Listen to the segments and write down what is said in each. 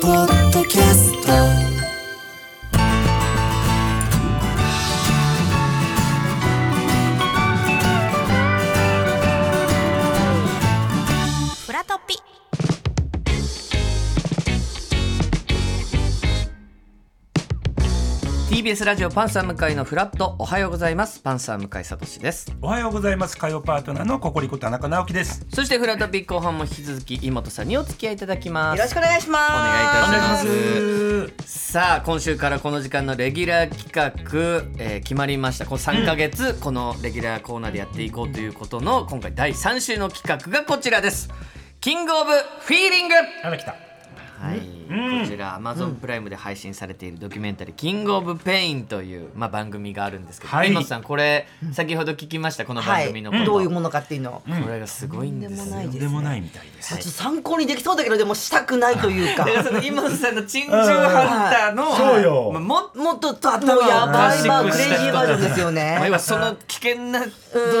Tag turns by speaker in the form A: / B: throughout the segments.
A: ポッドキャスト
B: フラトピ
C: ー TBS ラジオパンサー向井のフラットおはようございますパンサー向井聡です
D: おはようございます火曜パートナーのココリコ田中直樹です
C: そしてフラットピー後半も引き続き井本さんにお付き合いいただきます
B: よろしくお願いします
C: お願いいたします
D: す
C: さあ今週からこの時間のレギュラー企画、えー決まりましたこの3か月、このレギュラーコーナーでやっていこうということの今回第3週の企画がこちらですキングオブフィーリング
D: あら来た
C: はい、こちら Amazon プライムで配信されているドキュメンタリー「キングオブペイン」という、まあ、番組があるんですけど、
D: はい
C: 井本さんこれ先ほど聞きましたこの番組のこ
B: はい、
C: と、
B: どういうものかっていうのを、
C: これがすごいんですよ
D: とんでもないみたいです
B: ちょっと参考にできそうだけどでもしたくないというか
C: だ からその井本さんの珍獣ハンターの、
D: んそうよ
C: まあもっと
B: もっと頭やばいバークレイジーバージョンですよね
C: まあ要はその危険な動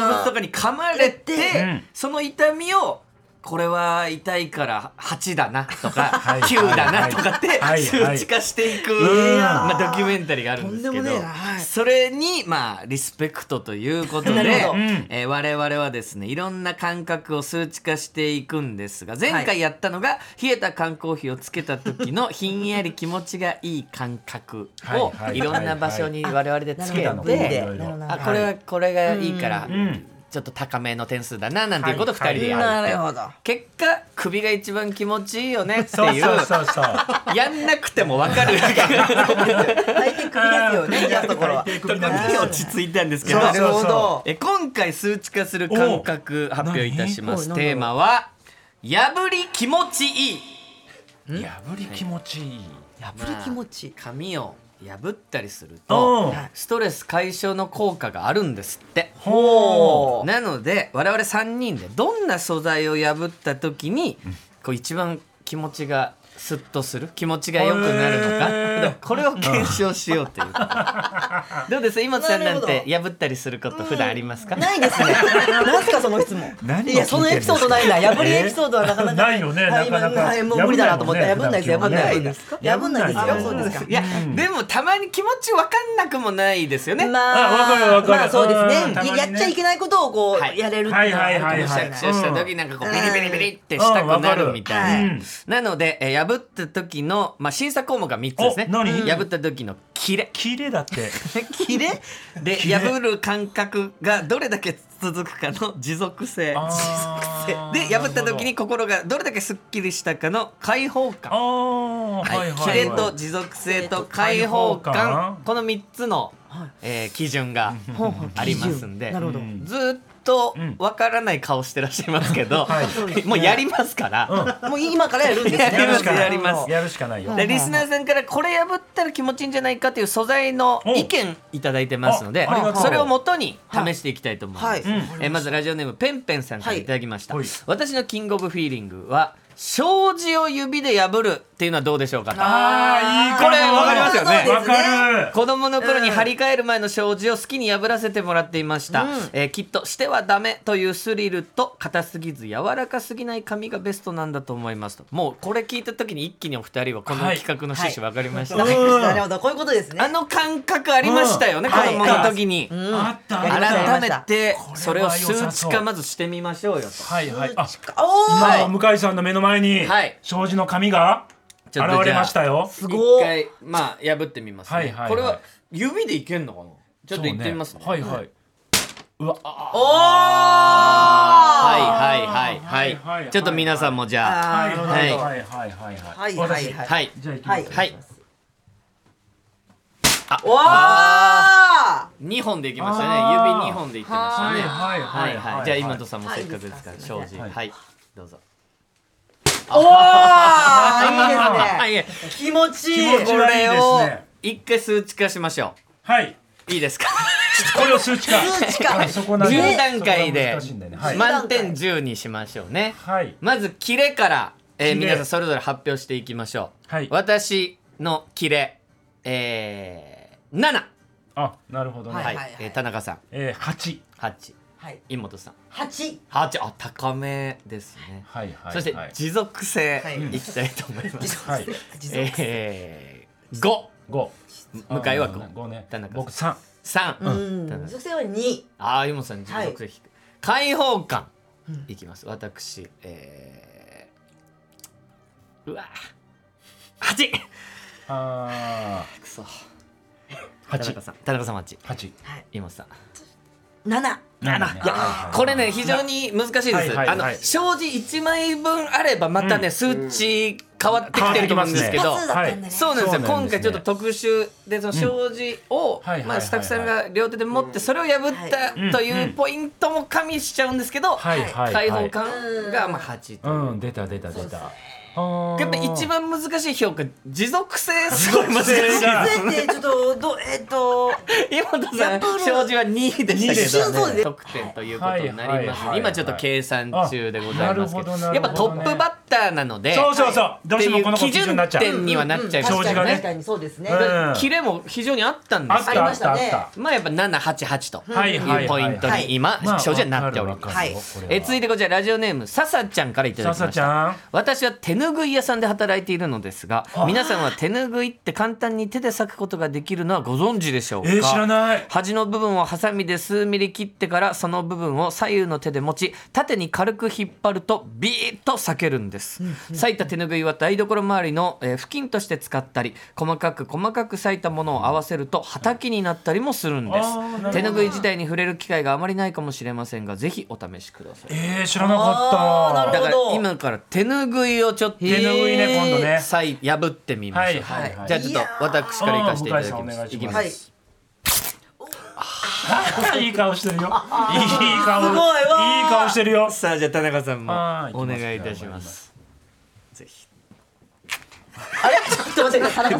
C: 物とかに噛まれて、
D: ん
C: その痛みをこれは痛いから8だなとか
D: い
C: 9だなとかって
D: はいはい
C: 数値化していく、
D: うん
C: まあ、ドキュメンタリーがあるんですけ
B: とん
C: ど
B: でもねえなはい
C: それにまあリスペクトということで、
B: なるほど
D: うん
C: えー我々はですねいろんな感覚を数値化していくんですが前
B: は
C: 回やったのが、冷えた缶コーヒーをつけた時のひんやり気持ちがいい感覚を
D: はいはい
C: いろんな場所に我々でつけ
B: なるほど
C: て。
B: なるほどなるほ
C: あ
B: ど
C: これはこれがいいから、
D: ん
C: ちょっと高めの点数だななんていうことを2人でやる、
B: なるほど
C: 結果首が一番気持ちいいよねって
D: そ
C: いうう
D: そうそうそう
C: やんなくても分かる
B: 大抵首ですよね嫌なところは
D: 大抵
C: とこ
D: 首
C: に
D: なんですよ
C: 落ち着いたんですけ
D: そ
C: ど
D: うそうそう
B: なるほど
C: え今回数値化する感覚発表いたしま
B: お
C: す
B: 何
C: テーマは「破り気持ちいい
D: 破り気持ちいい」
B: 破り気持ちいい
C: まあ髪を破ったりする
D: うん
C: とストレス解消の効果があるんですって
D: ほ
C: なので我々3人でどんな素材を破った時にこう一番気持ちがスッとする気持ちが良くなるのか
D: へー
C: これを検証しようと いうことでどうです今津さんなん
B: なる
C: て破ったりすること普段ありますか
B: ないです ね何すかその質問
D: 何を聞いてんですか
B: いやそのエピソードないな破りエピソードはなかなか
D: ないよね
B: はい
D: なかなか
B: はいもう無理だなと思って
D: 破
B: 破
D: ん
B: ん
D: な
B: な
D: もん
B: いいです
D: ね
B: 破んないです
D: 普
B: 破
D: 段
B: んないです
D: 破んない
B: よ
D: よ
B: そうですか
C: いやでもたまに気持ちわかんなくもないですよね、
B: ま
D: あわかるわかる
B: まあそうです
D: うん
B: ね
D: たまにね
B: ややっちゃいけないことをこ
C: はいう
B: やれるっていうのはあるかもしれ
D: はい
B: ない
C: むしゃくしゃした時なんかこう
B: うん
C: ビリビリビリってしたくなるみたい
D: う
C: な、
D: んわかる
C: なので、えー破った時の、まあ、審査項目が3つですね
D: お何
C: 破った時のキレ
D: 綺麗だ って
C: キレで
D: レ
C: 破る感覚がどれだけ続くかの持続性
D: あー
C: で破った時に心がどれだけすっきりしたかの解放
D: あー
C: 感
D: は
C: はいい、
D: はい
C: キレと持続性と解放感
D: 解放感
C: この3つの、えー基準がありますんで
B: なるほど
D: うん
C: ずーっと
D: うん
C: わからない顔してらっしゃいますけど、
D: はい
B: そうですね
C: もうやりますから、
B: もう今からやるんですね。
C: やります
D: や
C: ります
D: やるしかないよ
C: でリスナーさんからこれ破ったら気持ちいいんじゃないかという素材の意見いただいてますので
D: おあありがとう
C: それをもとに試していきたいと思います、
B: はいはい
C: えーまずラジオネームペンペンさんからいただきました、
D: はい
C: 私のキングオブフィーリングは障子を指で破るっていうのはどうでしょうか
D: あーいいかも
C: これわかりますよね
D: わかる
C: 子供の頃に張り替える前の障子を好きに破らせてもらっていました、えーきっとしてはダメというスリルと硬すぎず柔らかすぎない髪がベストなんだと思いますともうこれ聞いた時に一気にお二人はこの企画の趣旨分かりましたね、
B: わかりましたなるほど、こういうことです
C: あ
B: ね。
C: の感覚ありましたよね、
D: うん
C: 子供の時に、
D: あった
B: やりまし
C: 改
B: た
C: めて
D: これは
C: それを数
D: 良さ
C: 値
D: そう
C: 化まずしてみましょうよと
D: はいはいあ
B: おお、
C: はい
D: 今向井さんの目の前に
C: はい
D: 障子の紙が現
C: ちょっとじゃあ
D: れましたよ
B: すご
C: 一
B: い。
C: 回まあ破ってみますね、
D: はいはいはい
C: これは指でいけんのかなちょっといってみますね
D: そうはいはい。うわ、あ
C: はいはいは
D: はいはい
C: い
D: は
C: はいいちょっと皆さんもじゃあ
B: あ
D: はいはい
B: ー
C: なるほど
D: はいはいはいは。
B: はいいはい
D: 私
B: はい。
C: はい
D: じゃあ行き
B: は
D: ま
B: い
D: す。
C: はい
B: わあ。
C: 2本でいきました
D: あー
C: ね指2本でいってましたね
D: はいは
C: はいい
D: はいは
C: はいいじゃあ今とさんもせっかくですから障子
D: はい
C: はいどうぞ
B: おおー。いい
C: い
B: ですね。気持ちいい。
D: 気持ちいいですね
C: これを一回数値化しましょ
D: はい。
C: いいですか
D: これを数値化。
B: 数値化
D: はいそこなんだ
C: 10段階で
D: そこが難しいんだよねはい。
C: 満点10にしましょうね
D: はい。
C: まずキレから、えー
D: キレ
C: 皆さんそれぞれ発表していきましょう、
D: はい
C: 私のキレえー、7
D: あ、なるほどね。
B: は
C: はいい、えー田中さん
D: えー、八。
C: 8
B: はい。
C: 妹さん
B: 八。
C: 8あ高めですね、
D: はいはい。
C: そして
D: はい
C: 持続性
B: はい
C: いきたいと思います、
D: はい
B: 持続
C: えー、5
D: 五。
C: 向かいは
D: うん
C: 5
D: 五ね
C: 田中さん。
D: 僕三。
C: 3、
B: うん。
C: 田
B: 女
C: 中さん
B: 性は二。
C: ああ、ゆもさん、持続性低い。開放感、いきます。私、えー、うわ八。8!
D: あ
C: くそ。
D: あ。
C: 田中
D: 八。
C: さん、田中さん八。
D: 八。
B: はい。
C: ゆもさん。
D: 七
B: 七。
D: ね。
C: いや
D: はは
C: これね非常に難しい
D: は
C: で
D: い
C: す。
D: はい
C: あの
D: はい
C: 障子一枚分あればまたね、
D: うん
C: 数値変わってきてると思うんですけ
D: 変
C: ど。
B: 二つだったんだね。
C: そうなんですよ
D: そうなん
C: 今
D: ですね
C: 回ちょっと特集でその障子を、
D: はいはいはい
C: まあ、スタッフさんが両手で持ってそれを破った
D: うん
C: と
D: はい
C: いううんポイントも加味しちゃうんですけど、
D: はいはい。
C: 開
D: は
C: 放
D: い
C: 感がまあ8という
D: うん、出た出た出た。や
C: やっぱ一番難しい評価持続性すごい難しい
D: 持続性が
B: 女性ってちょっとどうえっと。
C: 今田さん障子は2でしたけ
B: 一瞬そう
C: ど、
B: です
C: ね、
B: ね
C: 得点ということになりま
D: はいはいはい
C: す
D: はい
C: 今ちょっと計算中でございますけど
D: あなるほどなるほどね
C: やっぱトップバッターなので
D: そうそうそう。どうしてもこの
C: ってい
D: 子
C: う
D: 基準になっちゃう。
C: 基準点にはなっちゃいます
D: 障子がね
B: 確かにそうですね。
D: うん
C: キレも非常にあったんで
D: あっ
C: すけど
D: た
B: あ
D: あ
B: りま
D: っ
B: したた
D: あっ
B: ね
D: た。
C: まあやっぱ788と
D: はいはい
C: いうポイントに今
D: まあ
C: 障子はなっております。
D: わかるわかるわこれ
C: え
D: は
C: 続いてこちらラジオネームささちゃんからいただきまし
D: ささち
C: た
D: ゃん
C: 私は手ぬぐい屋さんで働いているのですが皆さんは手ぬぐいって簡単に手で裂くことができるのはご存知でしょうか、
D: えー、知らない。
C: 端の部分をハサミで数ミリ切ってからその部分を左右の手で持ち縦に軽く引っ張るとビーッと裂けるんです裂いた手ぬぐいは台所周りの、えー布巾として使ったり細かく細かく裂いたものを合わせるとはたきになったりもするんで
D: あーなるほ
C: す
D: ど
C: 手ぬぐい自体に触れる機会があまりないかもしれませんがぜひお試しください
D: えー、知らなか
B: あー
D: っ
B: な
D: た。
B: る
C: だか
B: ほど
C: ら今から手ぬぐいをちょっと
D: 手拭いね今度ね
C: さい破ってみましょう、
D: はいはいはい
C: じゃあちょっと私から行かせていただき
D: い
C: ま
D: やー
C: すい
D: 向
C: き
D: 井さん
C: ま
D: お願
C: す、
B: いし
D: いい顔してるよ。いい顔。
B: すごいわー
D: いい顔してるよ。
C: さあじゃあ田中さんも
D: あー
C: お
D: 行きます
C: 願いいたしますぜひ
B: あれちょっと待ってください。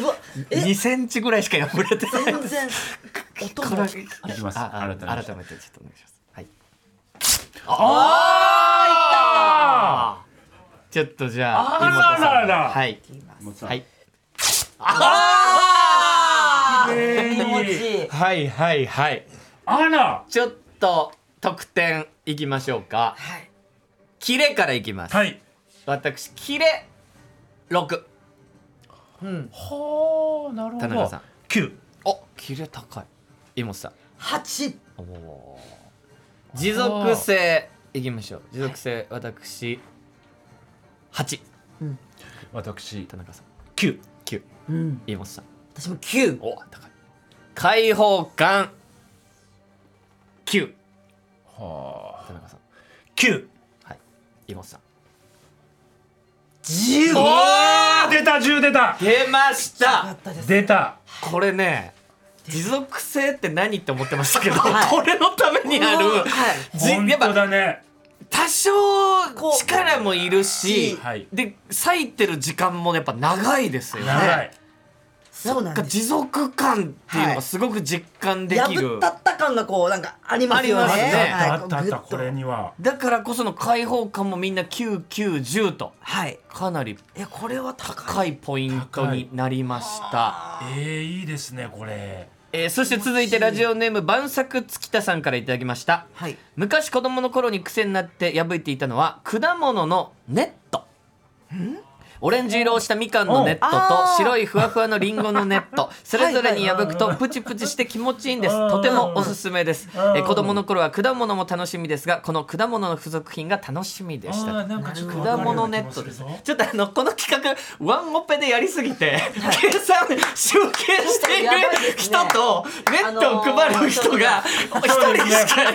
B: うわえ
C: 2センチぐらいしか破 れてない
B: 全然音も。
D: いきます
C: ああ
D: 改めて
C: 改めてちょっとお願いしますはい
D: あ
C: あちょっとじゃあ
D: あららら
C: 妹さんはいはい
D: あ。
B: 気持ちいい。
C: はいはいはい
D: あら。
C: ちょっと得点いきましょうか
B: はい。
C: キレからいきます
D: はい。
C: 私キレ6
B: うん。
D: はあ、なるほ
C: 田
D: ど。
C: 中さん。
D: 九。
C: おキレ高い妹さん
B: 八。
C: おお持続性いきましょう持続性私8
D: 私
C: 田中さん
D: 九。
C: 9
B: うん。
C: イモスさん
B: 私も九。
C: お高い開放感9
D: はあ。
C: 田中さん
D: 九。
C: はいイモスさん
B: 十。
D: おお、出た十出た。
C: 出まし
B: あ
C: た
B: ったです。
D: 出た。
C: これね持続性って何って思ってましたけど、
B: はい
C: これのためにあ
B: は
C: る
B: い。
C: じ
D: 本
C: やっ
D: 当
C: ぱ
D: だね。
C: 多少力もいるし、
D: はい
C: で割いてる時間もやっぱ長いですよね。
D: 長い。
B: そうなん
C: が
B: です。
C: 持続感っていうのがすごく実感できる、
B: 破ったった感がこうなんかありますよね。
C: ありますね
B: はい
D: あったあったあったこれ。
B: うグッと
D: には。
C: だからこその開放感もみんな9910と
B: はい。
C: かなり
B: いやこれは高い。
C: 高いポイントになりました、
D: えー、いいですねこれ。
C: えーそして続いてラジオネーム晩作月田さんからいただきました
B: はい。
C: 昔子供の頃に癖になって破いていたのは果物のネットオレンジ色をしたみかんのネット
B: うんあ
C: と
B: ー
C: 白いふわふわのリンゴのネ ットそれぞれに破くとプチプチして気持ちいいんですとてもおすすめです
D: うん
C: え子供の頃は果物も楽しみですがこの果物の付属品が楽しみでした
D: あーなんかちょっと
C: 果物ネットですちょっとあのこの企画ワンオペでやりすぎて計算集計している
B: やばいですね
C: 人とネットを配る人が一人
D: そうですね
C: しかいな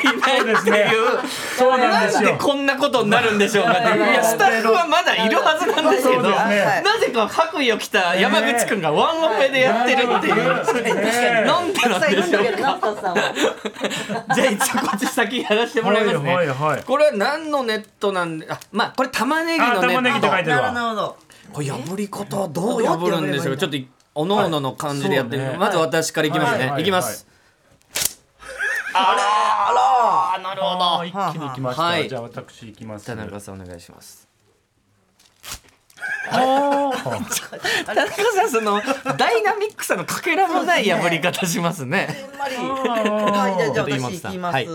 C: いっていう
D: そうなんです
C: なんで
D: よ。
C: こんなことになるんでしょうかってい
B: やばいやばいう
C: いやスタッフはまだいるはずなんですけど
D: そうですね
C: なぜか白衣を着た山口くんがワンオペでやってるっていう
D: はい
C: なんでなんでしょうか
B: ナフタさんは。
C: じゃあ一応こっち先やらせてもらいます
D: はい
C: ね
D: はいはい
C: これは何のネットなんであまあこれ玉ねぎの
D: あ玉
C: ネ
D: ねぎって書
C: ッ
D: いて
C: ト
D: る
B: なる
D: わ。
B: ほど。
C: これ破り方はどう破るんでしょうかちょっと一おのおのの感じでやってるの、
D: はいそうね
C: まず私からいきますね、
D: はいはい
C: いきます、
D: なるほど一気に来ました、
C: はい
D: じゃあ私行きます
C: 田中さんお願いします田中さんそのダイナミックさのかけらもない破り方しますね
B: あんまり。はい、じゃあ、じゃあ、私行きます。
C: はい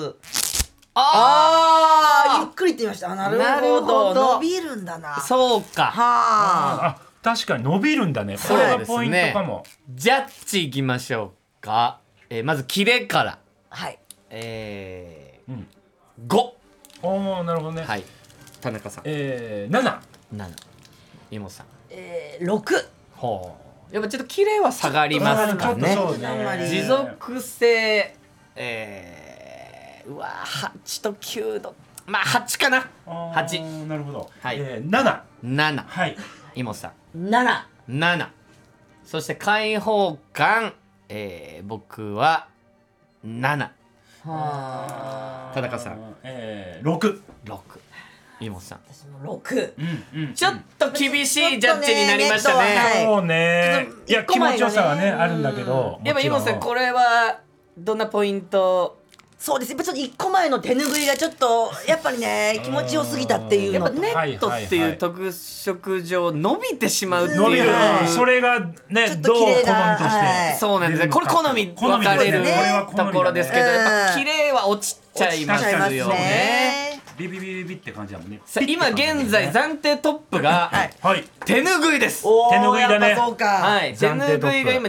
B: ああ、ゆっくりって言いました。あなる
C: なるほ
B: ほ
C: ど
B: ど。伸びるんだな。は
C: そうか
B: あ。
D: あ確かに伸びるんだねこ
C: うで
D: れ
C: すね
D: がポイントかも、
C: ジャッジいきましょうか、えーまずキレから
B: はい。
C: え
D: うん、
C: ー、5
D: おおなるほどね、
C: はい田中さん
D: えー、7
C: 7井本さん
B: えー、六。
C: ほうやっぱちょっとキレは下がりますかね
D: ちょっとそう
B: あんまり
C: 持続性えー、うわー8と9度まあ8かな
D: 八
C: 8
D: なるほど、
C: はい
D: えー、7
C: 7
D: はい
C: イモさ
B: 七。
C: ん7そして開放感、えー、僕は7
B: はあ。
C: 田中さん
D: えー、6
C: 6イモさん
B: 私も六。
D: うんうん
C: ちょっと厳しいジャッジになりました
B: ちょっとねネットは
C: ね
B: はい
D: そうねいや
B: ちょっと一個
D: 気
B: 前がね
D: 持ちよさはねあるんだけど
C: でもイモさんこれはどんなポイント
B: そうです。やっぱちょっと一個前の手拭いがちょっと、やっぱ りね、気持ちよすぎたっていう
C: やっ
B: の
C: ぱ
B: と。
C: ネットっていう特色上伸びてしまうって
D: 伸び
C: い
D: る、
C: う
B: はい
D: それがね
B: ちょっ
D: ど
B: と
D: う好
B: 綺
D: みとして、
B: 麗なはい
C: そうなんですね。これ好み分かれる
D: 好みですねこれは好み
C: と
D: だね
C: ころですけど、やっぱ
B: う
C: 綺
B: ん
C: 麗は落ちちゃいま
B: 落ちちゃいますす
C: よね。
B: ね。
D: ビビビビビって感じだもんね
C: さあ今現在暫定トップが
B: い
D: はい
C: 手ぬぐいです。
B: おー
D: 手拭いだね
B: やっぱそうか。
C: はい、手
D: 暫
C: ぬ
D: 定トップ
C: ぐいが今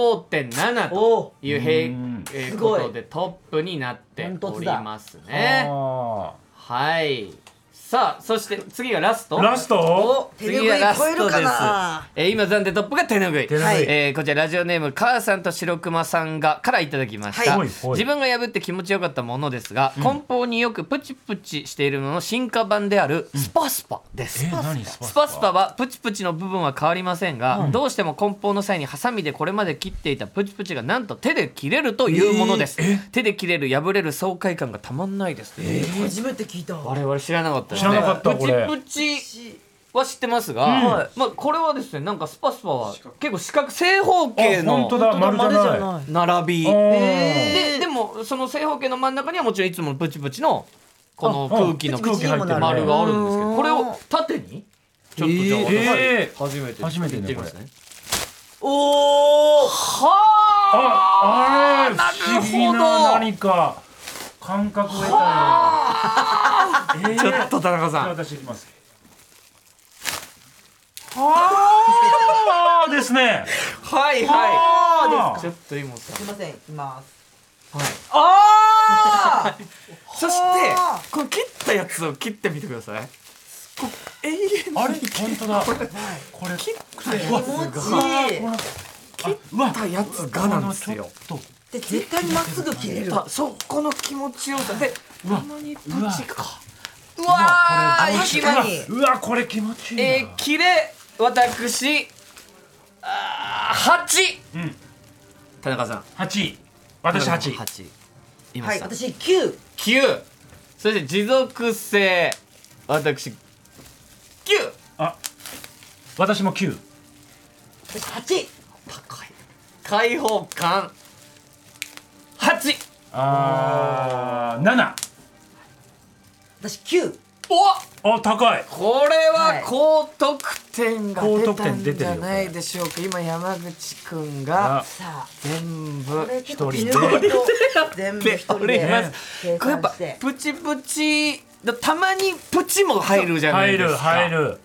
C: 25.7と
B: おお。
C: いう平
D: うん
C: えー
B: す
C: こ
B: ごい
C: とでトップになって
B: ダント
C: お
B: ツ
C: り
B: だ
C: ますね。
D: あ
C: はい。さあそして次がラスト。
D: ーラスト
B: 手拭い超えるかな。
C: えー今暫定トップが手ぬぐい
D: 手拭い
B: はい
C: えーこちらラジオネーム母さんと白熊さんがからいただきました、
D: はいほい
C: 自分が破って気持ちよかったものですが、梱包によくプチプチしているものの進化版であるスパスパです、
D: えー何スパ
C: スパスパはプチプチの部分は変わりませんが、どうしても梱包の際にハサミでこれまで切っていたプチプチがなんと手で切れるというものです、手で切れる破れる爽快感がたまんないです、
B: 初めて聞いた。
C: 我々知らなかったです
D: 知らなかったこれ
C: プチプチは知ってますが、まあ、これはですねなんかスパスパは結構四角正方形
D: あ本当
C: の
D: だ丸じゃない
B: い。
C: 並び
D: あー
C: ででもその正方形の真ん中にはもちろんいつものプチプチのこの
D: ああ
C: 空気の
D: 空気入ってるね
C: 丸があるんですけどこれを縦にちょっとじゃあ私、
D: えー
C: 初めて
D: 初めてね
C: 行ってみますね
B: お
D: あ、
B: お。
C: は
D: あれ
C: あな
D: 不思議
C: る
D: な
C: ほど
D: 何か感覚を得たよ。えー、
C: ちょっと田中
D: じゃ
C: さ
D: あ
C: ん
D: 私いきます。はあですね。
C: はいは
D: あ
C: いちょっと今さん
B: すみません、いきます。
C: はい
B: ああ。
C: そしてこの切ったやつを切ってみてくださいこう永遠に
D: あれ本当だ。これ
C: 切ったやつ
B: 気持
C: が
B: ちいい。
D: あうわ
C: 切ったやつがなんですよ
D: ちょっ
B: で、絶対にまっすぐ切れる。
C: あそこの気持ちよさで
D: うわ
C: このにプ
D: うわ
C: チかうわ
B: あ
C: ーいき
B: 確
C: ま
B: か
C: す
B: に。
D: とうわこれ気持ちいいな。
C: えー、切れ私あ8
D: うん
C: 田中さん
D: 八位。私八位。
C: 八今
B: はい、
C: さん
B: 私九。
C: 九そして持続性私九
D: あ私も九。
B: 私八。
C: 高い開放感8
D: ああ七。
B: 私九。
C: お
D: あ高い。
C: これ
B: は
C: はい高得点が出た
D: 高得
C: ん
D: 点出て
C: じ
D: る
C: ゃ
D: よ
C: ないでしょうか今山口くん
D: あ
C: が
B: さあ。
C: 全部
D: 一人で
B: 全部
C: で
B: 一人
C: おりま
D: ね
B: で。
C: す
B: 計
C: これやっ
B: 算
C: ぱ
B: して
C: プチプチたまにプチも入るじゃない
D: 入
C: で
D: る
C: すか
D: 入る。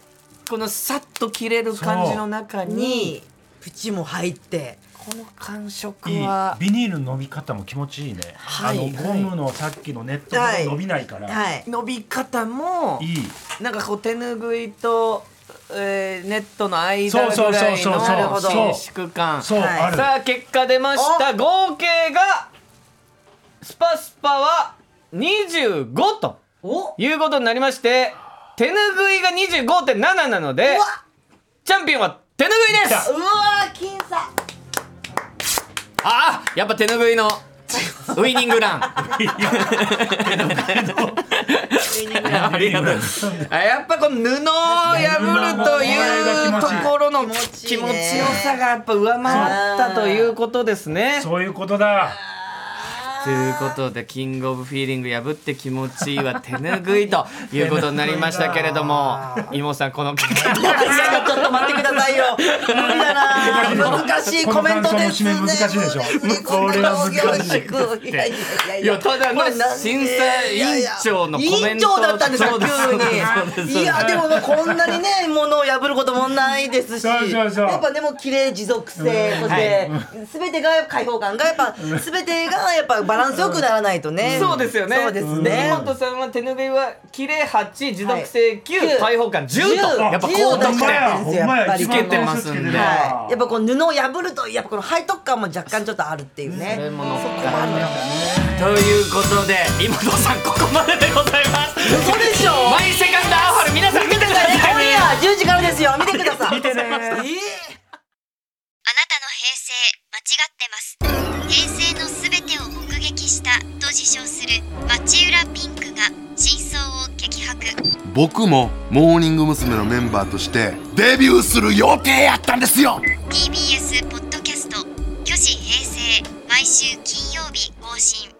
C: このさっと切れる感じの中に
B: に。プチも入って。
C: この感触
D: いい
C: は
D: ビニールの伸び方も気持ちいいね、
C: はい
D: あのゴムのさっきのネットが伸びないから、
B: はい。
C: 伸び方も
D: い、い
C: なんかこう手ぬぐいと、えーネットの間
D: そう
C: ぐ
D: そう
C: ら
D: そう
C: い
D: そう
C: の
D: な
B: るほど
C: 伸縮感
D: そう、
B: はい
D: ある
C: さあ結果出ました合計がスパスパは25と
B: お。
C: いうことになりまして手ぬぐいが25.7なので
B: うわ。
C: チャンピオンは手ぬぐいで
D: いった
C: す
B: うわー、僅差。
C: ああやっぱ手ぬぐいのウイニングラン。ありがとうございます。あやっぱこの布を破るというところの気持ちよさがやっぱ上回ったということですね。
D: そういうことだ。
C: ということでキングオブフィーリング破って気持ちいいは手ぬぐいということになりましたけれども、イモさんこの結果
B: いやちょっと待ってくださいよ。無理だな。難しいコメントですね。
D: この感想の締め難しいでしょ
B: こ
D: こ
B: れ
D: れ
B: は
D: は
B: 難
D: 難
B: し
D: し
B: い。いやいや
C: いやただの
B: これなんで
C: 審査委員長のコメント
B: いやいや委員長だったんです
C: そ
B: よ
C: うです
B: 急
C: そうです
B: にいやでもまあこんなにねものを破ることもないですし
D: そうそうそう
B: やっぱでも綺麗持続性そして全てが開放感がやっぱ全てがやっぱバランスよくならないとね
C: そうですよね。
B: そうですね
C: 本さんは手ぬぐいは綺麗八、持続性九、
B: はい
C: 開放感十と。
B: 10
C: やっぱ高
B: 10
C: 得
B: を出
D: ほんま
B: して
C: 点。
D: や、
B: 高
D: ほん
B: 得点
D: ま
B: やっぱ
D: や、
B: り
D: 一番
C: つけてますんで
D: の
B: はい、やっぱこの布を破るとやっぱこの背徳感も若干ちょっとあるっていうね。
C: それも乗っ
B: そこ
C: か
B: もあるのよ
C: ということで、今野さんここまででございます。
B: 嘘でしょ
C: マイセカンドアオハル皆さん見てください
B: 今
C: ね。
B: 夜10時からですよ。見てください。
D: 見てね
B: えー
E: あなたの平成間違ってます平成のすべてを目撃したと自称する町浦ピンクが真相を激白
F: 僕もモーニング娘。のメンバーとしてデビューする予定やったんですよ
E: TBS ポッドキャスト「巨子平成」毎週金曜日更新